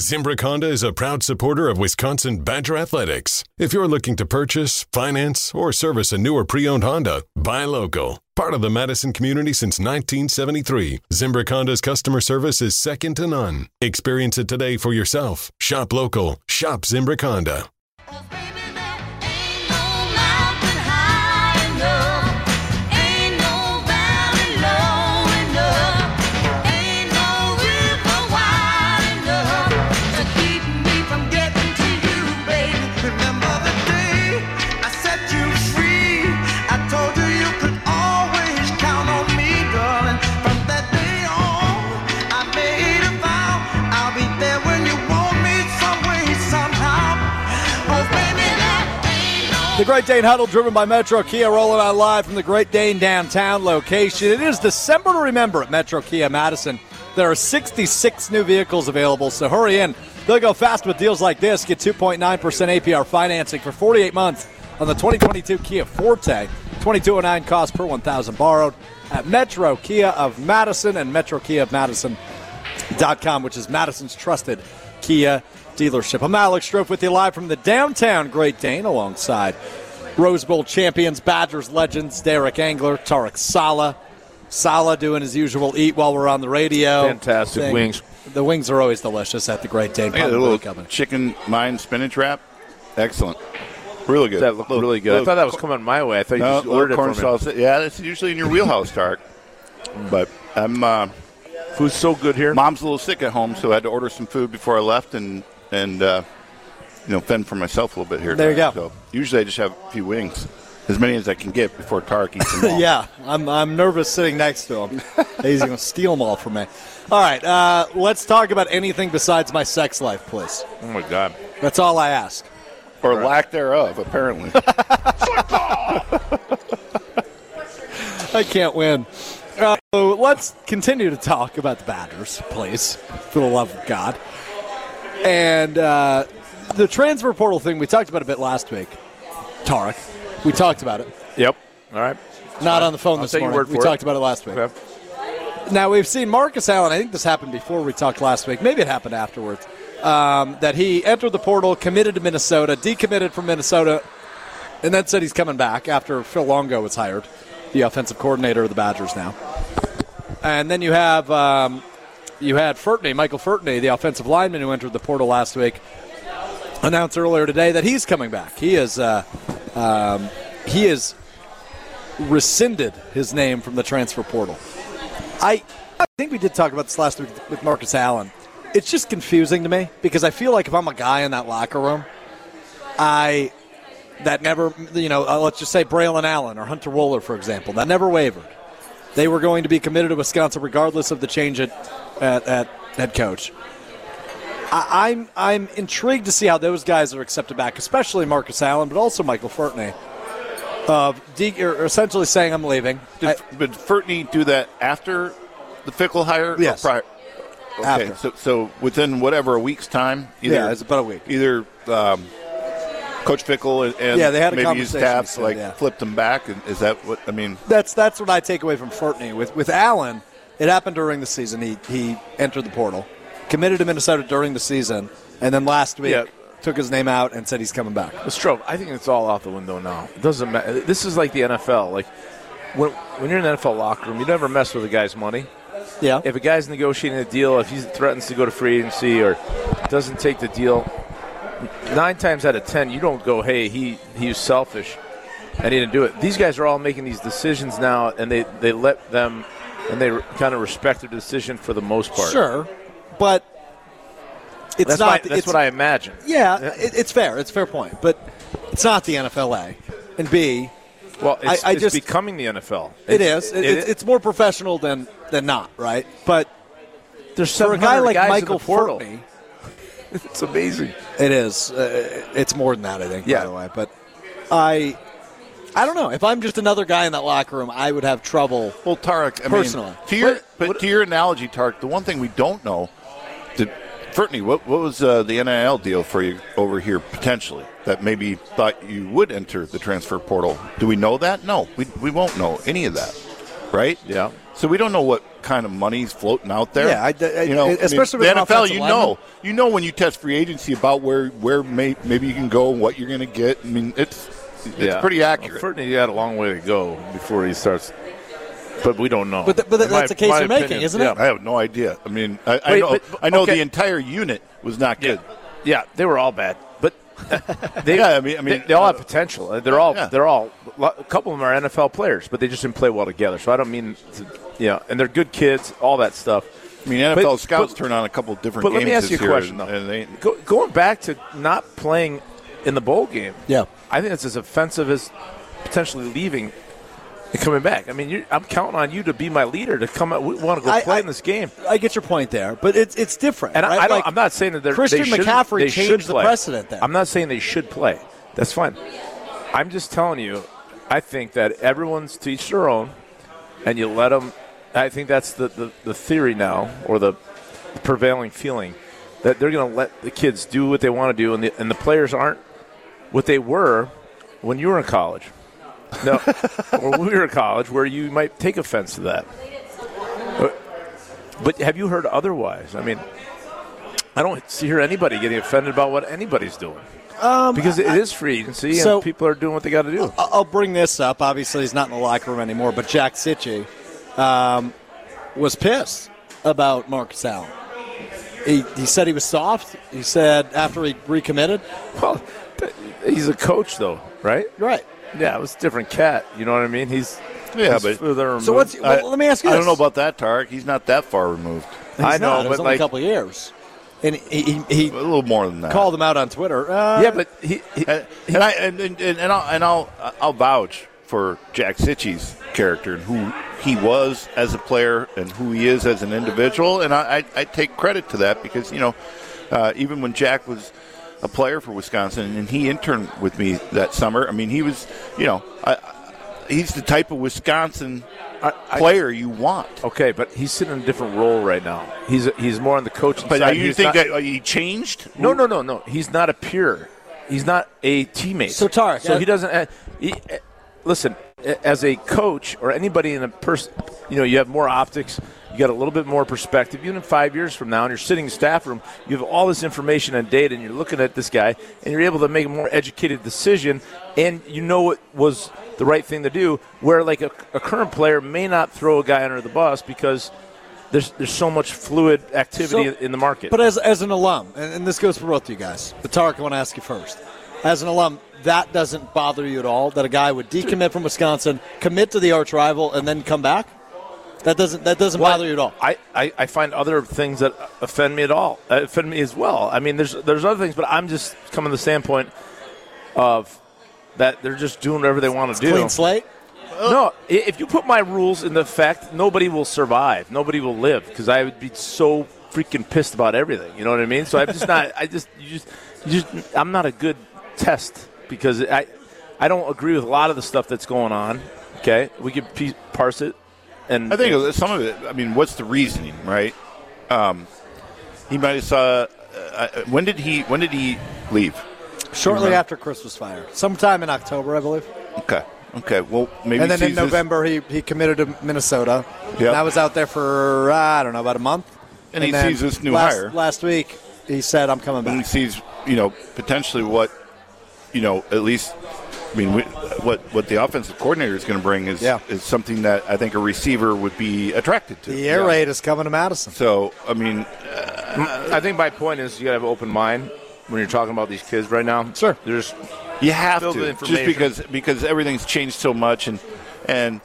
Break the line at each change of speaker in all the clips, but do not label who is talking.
Zimbrick Honda is a proud supporter of Wisconsin Badger Athletics. If you're looking to purchase, finance, or service a new or pre owned Honda, buy local. Part of the Madison community since 1973, Zimbrick Honda's customer service is second to none. Experience it today for yourself. Shop local, shop Zimbrick Honda.
The Great Dane Huddle, driven by Metro Kia, rolling out live from the Great Dane downtown location. It is December to remember at Metro Kia Madison. There are 66 new vehicles available, so hurry in. They'll go fast with deals like this. Get 2.9% APR financing for 48 months on the 2022 Kia Forte. 2209 cost per 1000 borrowed at Metro Kia of Madison and Metro Kia of Madison.com, which is Madison's trusted Kia dealership. I'm Alex Strofe with you live from the downtown Great Dane alongside Rose Bowl champions, Badgers legends, Derek Angler, Tarek Sala. Sala doing his usual eat while we're on the radio.
Fantastic
thing.
wings.
The wings are always delicious at the Great Dane.
I got a
Pub
little
Brew Company.
chicken mine spinach wrap. Excellent. Really good.
That looked
Little-
really good. I
little-
thought that was coming my way. I thought you
no,
just ordered
little
it
corn
from me. Mm.
salsa. Yeah, that's usually in your wheelhouse, Tark. but I'm uh,
Food's so good here.
mom's a little sick at home, so I had to order some food before I left and and uh, you know fend for myself a little bit here.
There you
tonight.
go.
So usually I just have a few wings, as many as I can get before Tark eats them all.
Yeah, I'm, I'm nervous sitting next to him. He's going to steal them all from me. All right, uh, let's talk about anything besides my sex life, please.
Oh my god.
That's all I ask.
or lack thereof, apparently.
I can't win. Uh, so let's continue to talk about the Badgers, please, for the love of God. And uh, the transfer portal thing we talked about a bit last week, Tarek. We talked about it.
Yep. All right.
Not on the phone
I'll
this
take your
morning.
word
we
for it.
talked about it last week.
Okay.
Now we've seen Marcus Allen. I think this happened before we talked last week. Maybe it happened afterwards. Um, that he entered the portal, committed to Minnesota, decommitted from Minnesota, and then said he's coming back after Phil Longo was hired, the offensive coordinator of the Badgers now. And then you have um, you had Furtney, Michael Furtney, the offensive lineman who entered the portal last week, announced earlier today that he's coming back. He is uh, um, he is rescinded his name from the transfer portal. I, I think we did talk about this last week with Marcus Allen. It's just confusing to me because I feel like if I'm a guy in that locker room, I that never you know uh, let's just say Braylon Allen or Hunter Waller for example that never wavered. They were going to be committed to Wisconsin regardless of the change at at, at head coach. I, I'm I'm intrigued to see how those guys are accepted back, especially Marcus Allen, but also Michael Fortney. Of de- or essentially saying I'm leaving.
Did,
I-
did Furtney do that after the Fickle hire? or
Yes.
prior? Okay,
After.
So, so within whatever a week's time, either,
Yeah, it's about a week.
Either um, Coach Fickle and, and
Yeah, they had a
maybe his
conversation, he
staff
said,
like
yeah.
flipped him back. And is that what I mean?
that's that's what I take away from Fortney. With with Allen, it happened during the season. He he entered the portal, committed to Minnesota during the season, and then last week
Yeah.
took his name out and said he's coming back.
But Strobe, I think it's all out the window now. It doesn't matter. This is like the NFL. Like when when you're in the NFL locker room, you never mess with a guy's money.
Yeah.
If a guy's negotiating a deal, if he threatens to go to free agency or doesn't take the deal, nine times out of ten, you don't go, "Hey, he he was selfish. I need to do it." These guys are all making these decisions now, and they they let them, and they kind of respect their decision for the most part.
sure, but it's
that's
not.
my- that's
it's,
what I imagine.
Yeah, it, it's fair. It's a fair point, but it's not the NFLA. And B,
Well, it's,
I- I
it's
just-
becoming the NFL.
it is. It,
it-
it's, it's more professional than than not, right? But
There's
for a guy
700
like
guys in
Michael
the portal.
Fortney,
It's amazing.
It is. Uh, it's more than that, I think. By
Yeah.
the way, but I, I don't know. If I'm just another guy in that locker room, I would have trouble.
Well, Tarek, I mean,
Personally.
to your
What-
but to your analogy, Tarek, the one thing we don't know, did Furtney, what what was uh, the NIL deal for you over here potentially that maybe thought you would enter the transfer portal? Do we know that? No, we we won't know any of that. right?
Yeah.
So we don't know what kind of money's floating out there.
Yeah, I- I- e,
you know,
especially with
I mean,
an
the NFL.
offensive
You
lineman.
know, you know when you test free agency about where where may, maybe you can go and what you're going to get. I mean, it's it's
Yeah.
pretty
Well,
accurate.
Furtney got a long way to go before he starts, but we don't know.
But th- but
In
that's the case you're making, isn't it?
I have no idea. I mean, I, I
Wait,
know
but- but-
I know
okay.
the entire unit was not
Yeah.
good.
yeah, they were all bad, but they,
Yeah, I mean- I mean-
they, they all have potential. Uh, They're all
Yeah.
they're all a couple of them are NFL players, but they just didn't play well together. So I don't mean, to, you know, and they're good kids, all that stuff.
I mean, NFL
But-
scouts
but-
turn on a couple different
But
games
let me ask
this
you a
year,
question,
and-
though.
and they-
Go, going back to not playing in the bowl game,
Yeah.
I think that's as offensive as potentially leaving and coming back. I mean, you I'm counting on you to be my leader to come out. We want to go
I-
play
I-
in this game.
I get your point there, but it's it's different.
And I,
right?
I don't,
Like,
I'm not saying that they're,
Christian
they shouldn't-
McCaffrey
they
changed
should
the
play.
precedent there.
I'm not saying they should play. That's fine. I'm just telling you, I think that everyone's to each their own, and you let them. I think that's the, the, the theory now, or the prevailing feeling, that they're going to let the kids do what they want to do, and the, and the players aren't what they were when you were in college. No, or when we were in college, where you might take offense to that. But- But have you heard otherwise? I mean, I don't see- hear anybody getting offended about what anybody's doing. because it is free agency,
so-
and people are doing what they got to do.
I- I'll bring this up. Obviously, he's not in the locker room anymore, but Jack Sitchy um, was pissed about Marcus Allen. He, he said he was soft. He said after he recommitted,
Well, th- he's a coach, though, right?
you're right.
Yeah, it was a different cat. You know what I mean? He's
Yeah,
he's
but-
further removed.
So what's
I-
well, let me ask you
I
this.
don't know about that, Tarek. He's not that far removed.
I
He's
know,
not. It was
but
only
like
a couple of years, and he he, he
A little more than that.
called him out on Twitter. Uh,
yeah, but he, he
and, Uh, and I and, and, and I'll and I'll I'll vouch for Jack Sitchy's character and who he was as a player and who he is as an individual, and I, I, I take credit to that because you know uh, even when Jack was a player for Wisconsin and he interned with me that summer, I mean he was you know I, I- he's the type of Wisconsin
I- I- Oh,
player you want.
okay, but he's sitting in a different role right now. He's he's more on the coaching
But
side.
uh, you
He's
think
not-
that uh, he changed?
No, no, no, no. He's not a peer. He's not a teammate.
So, Tarek,
so
uh,
he doesn't. Uh, he, uh, listen, a- as a coach or anybody in a person, you know, you have more optics. You got a little bit more perspective. Even in five years from now, and you're sitting in the staff room, you have all this information and data, and you're looking at this guy, and you're able to make a more educated decision, and you know it was the right thing to do. Where like a, a current player may not throw a guy under the bus because there's there's so much fluid activity
So-
in the market.
But as, as an alum, and, and this goes for both of you guys, but Tarek, I want to ask you first. As an alum, that doesn't bother you at all that a guy would decommit from Wisconsin, commit to the arch rival, and then come back? That doesn't that doesn't bother you at all.
I, I, I find other things that offend me at all uh, offend me as well. I mean, there's there's other things, but I'm just coming to the standpoint of that they're just doing whatever they want to do.
Clean slate.
No, i- if you put my rules into effect, nobody will survive. Nobody will live because I would be so freaking pissed about everything. You know what I mean? So I'm just not. I just you just you just I'm not a good test because I I don't agree with a lot of the stuff that's going on. Okay, we could pe- parse it. And
I think some of it. I mean, what's the reasoning, right? Um, he might have saw. Uh, uh, when did he? When did he leave?
Shortly after Chris was fired, sometime in October, I believe,
Okay. Okay. Well, maybe.
and then in
sees this-
November he, he committed to Minnesota.
Yep.
And I was out there for uh, I don't know about a month,
And he
then
sees this new
last,
hire.
Last week he said, "I'm coming
when he
back."
sees, you know, potentially what, you know, at least, I mean, we, what what the offensive coordinator is going to bring is
Yeah.
is something that I think a receiver would be attracted to.
The air raid is coming to Madison.
So I mean,
I think my point is you gotta have an open mind when you're talking about these kids right now.
Sure.
There's
You have
Fill the
to just
information.
because because everything's changed so much and and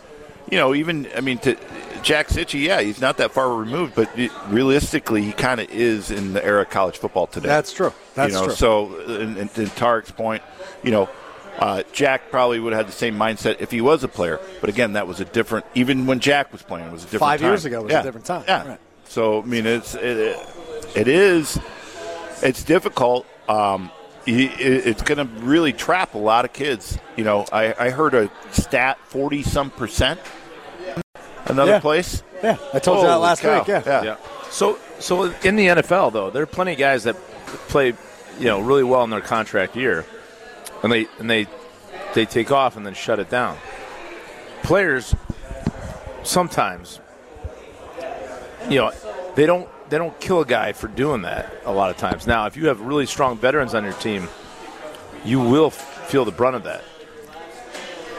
you know even I mean to Jack Sitchy, yeah, he's not that far removed, but it, realistically, he kind of is in the era of college football today.
That's true. That's
you know,
true.
So, and, and to Tarek's point, you know, uh, Jack probably would have had the same mindset if he was a player. But again, that was a different. Even when Jack was playing, it was a different.
Five
time.
years ago was a
Yeah.
different time.
Yeah.
Right.
So I mean, it's it, it is it's difficult. Um, i- i- it's going to really trap a lot of kids. You know, I, I heard a stat forty some percent. Another
Yeah.
place.
Yeah, I told you that
Holy
last
cow.
week. Yeah.
yeah. So so in the NFL though, there are plenty of guys that play you know really well in their contract year, and they and they they take off and then shut it down. Players sometimes, you know, they don't they don't kill a guy for doing that a lot of times. Now, if you have really strong veterans on your team, you will f- feel the brunt of that.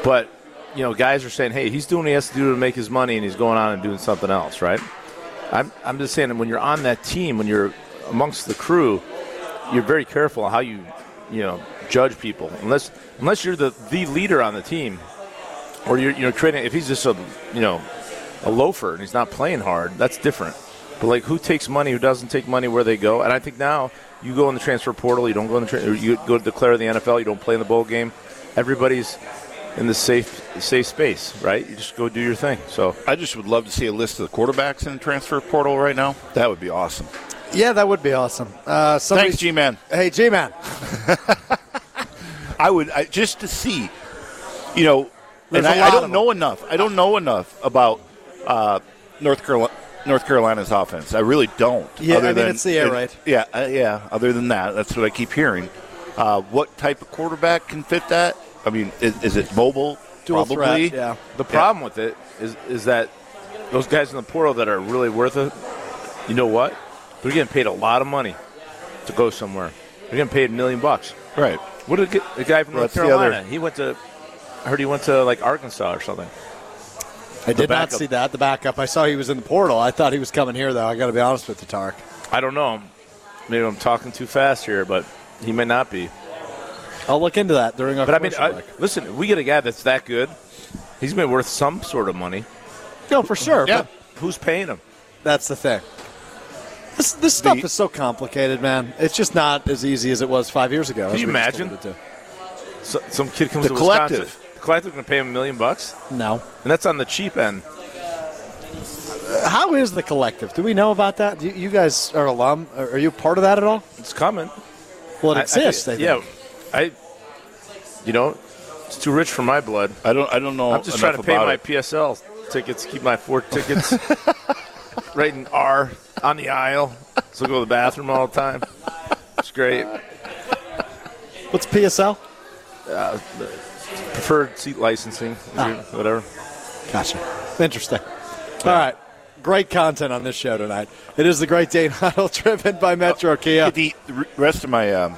But you know, guys are saying, "Hey, he's doing what he has to do to make his money, and he's going on and doing something else." Right? I'm I'm just saying, that when you're on that team, when you're amongst the crew, you're very careful how you you know judge people. Unless unless you're the the leader on the team, or you're you know creating. If he's just a you know a loafer and he's not playing hard, that's different. But like, who takes money? Who doesn't take money? Where they go? And I think now you go in the transfer portal. You don't go in the tra- or you go declare the NFL. You don't play in the bowl game. Everybody's in the safe safe space, right? You just go do your thing. So
I just would love to see a list of the quarterbacks in the transfer portal right now. That would be awesome.
Yeah, that would be awesome. Uh, somebody-
Thanks, G Man.
Hey, G Man.
I would I, just to see, you know,
There's
and
a
I,
lot
I
of
don't
them.
know enough. I don't know enough about uh, North Carolina. North Carolina's offense. I really don't.
Yeah, I mean, it's the air
and-
raid.
Yeah, uh, yeah. Other than that, that's what I keep hearing. Uh, what type of quarterback can fit that? I mean, is, is it mobile?
Dual
Probably.
threat, yeah.
the problem with it is is that those guys in the portal that are really worth it. You know what? They're getting paid a lot of money to go somewhere. They're getting paid a million bucks.
Right.
What did the the guy from
Well,
North
that's the other-
Carolina? He went to. I heard he went to like Arkansas or something.
I did not
backup.
see that, the backup. I saw he was in the portal. I thought he was coming here, though. I got to be honest with you, Tark.
I don't know. Maybe I'm talking too fast here, but he may not be.
I'll look into that during our
But I mean,
commercial
I,
break.
listen, if we get a guy that's that good. He's been worth some sort of money.
No, for sure.
Yeah.
But
Who's paying him?
that's the thing. This, this stuff
The-
is so complicated, man. It's just not as easy as it was five years ago. as
you
we just
imagine?
alluded
So, some kid comes
The
to
collective.
Wisconsin. The collective going to pay him a million bucks,
to? No.
and that's on the cheap end.
How is the collective? Do we know about that? Do you, you guys are alum. Are are you part of that at all?
It's coming.
Well, it
I- I-
exists. I, think.
yeah, I. You know, it's too rich for my blood.
I don't. I don't know.
I'm just
enough
trying to pay
about
my
it.
PSL tickets, keep my four tickets right in R on the aisle. So I go to the bathroom all the time. It's great.
What's PSL?
Preferred seat licensing,
Ah.
whatever.
Gotcha. Interesting. All right. Great content on this show tonight. It is the Great Dane Huddle driven by Metro
Oh,
Kia.
The r- rest of my um,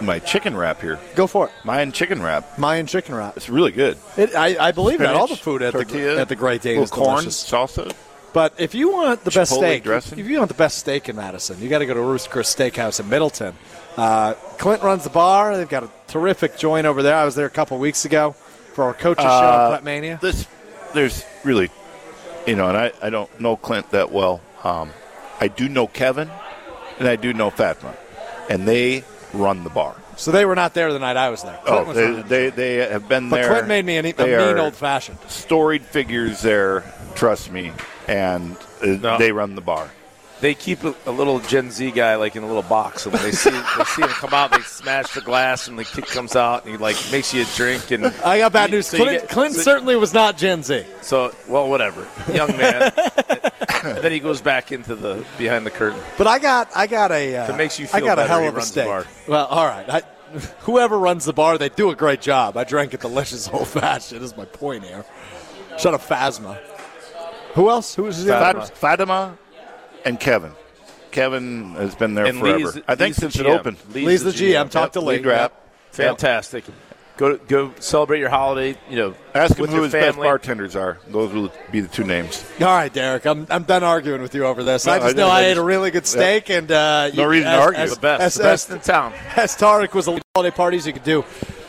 my chicken wrap here.
Go for it.
Mayan chicken wrap.
Mayan chicken wrap.
It's really good.
It, I, I believe that all the
Spinach,
food at
tortilla,
the at the Great Dane
little
is
corn
delicious.
salsa.
But if you want the best
Chipotle
steak,
dressing?
if you want the best steak in Madison, you got to go to Roost Chris Steakhouse in Middleton. Uh, Clint runs the bar. They've got a terrific joint over there. I was there a couple weeks ago for our coaches show
Uh,
on Prep Mania.
This there's really, you know, and I, I don't know Clint that well. Um, I do know Kevin, and I do know Fatma, and they run the bar.
So they were not there the night I was there. Clint
oh,
was
they,
running the
they
joint.
they have been
but
there.
Clint made me an, e- a
They
mean
are
old fashioned.
storied figures there. Trust me, and uh,
No.
they run the bar.
They keep a, a little Gen Z guy like in a little box, and when they see they see him come out, they smash the glass, and the kid comes out, and he like makes you a drink. And
I got bad news.
So you
Clint,
get-
Clint
so-
certainly was not Gen Z.
So, well, whatever, young man. And then he goes back into the behind the curtain.
But I got I got a uh,
If it makes you
I
feel
got a
better,
hell
he
of a
runs the
steak.
bar.
Well, all right. I, whoever runs the bar, they do a great job. I drank a delicious old fashioned. Is my point here? Shut up, Phasma. Who else? Who was the
Fatima.
other?
Fatima and Kevin. Kevin has been there
And
forever.
Lee's-
I think
Lee's the
since it
GM.
opened.
Lee's the GM. Talk to
Yep,
Lee.
Lee Drap.
Fantastic. Go go celebrate your holiday. You know,
Ask him
with
who
your
his
family.
best bartenders are. Those will be the two names.
All right, Derek. I'm, I'm done arguing with you over this. I
No,
just
I-
know I,
I
ate
just-
a really good steak, and uh,
No
you-
reason to
as-
argue.
as-
the best,
as-
the best
as-
in town.
As Tarek was the holiday parties you could do.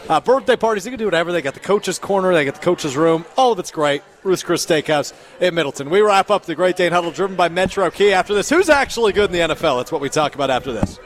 Uh, birthday parties, you could do whatever. They got the coaches' corner, they got the coaches' room. All of it's great. Ruth Chris Steakhouse in Middleton. We wrap up the Great Dane Huddle driven by Metro Key after this. Who's actually good in the NFL? That's what we talk about after this.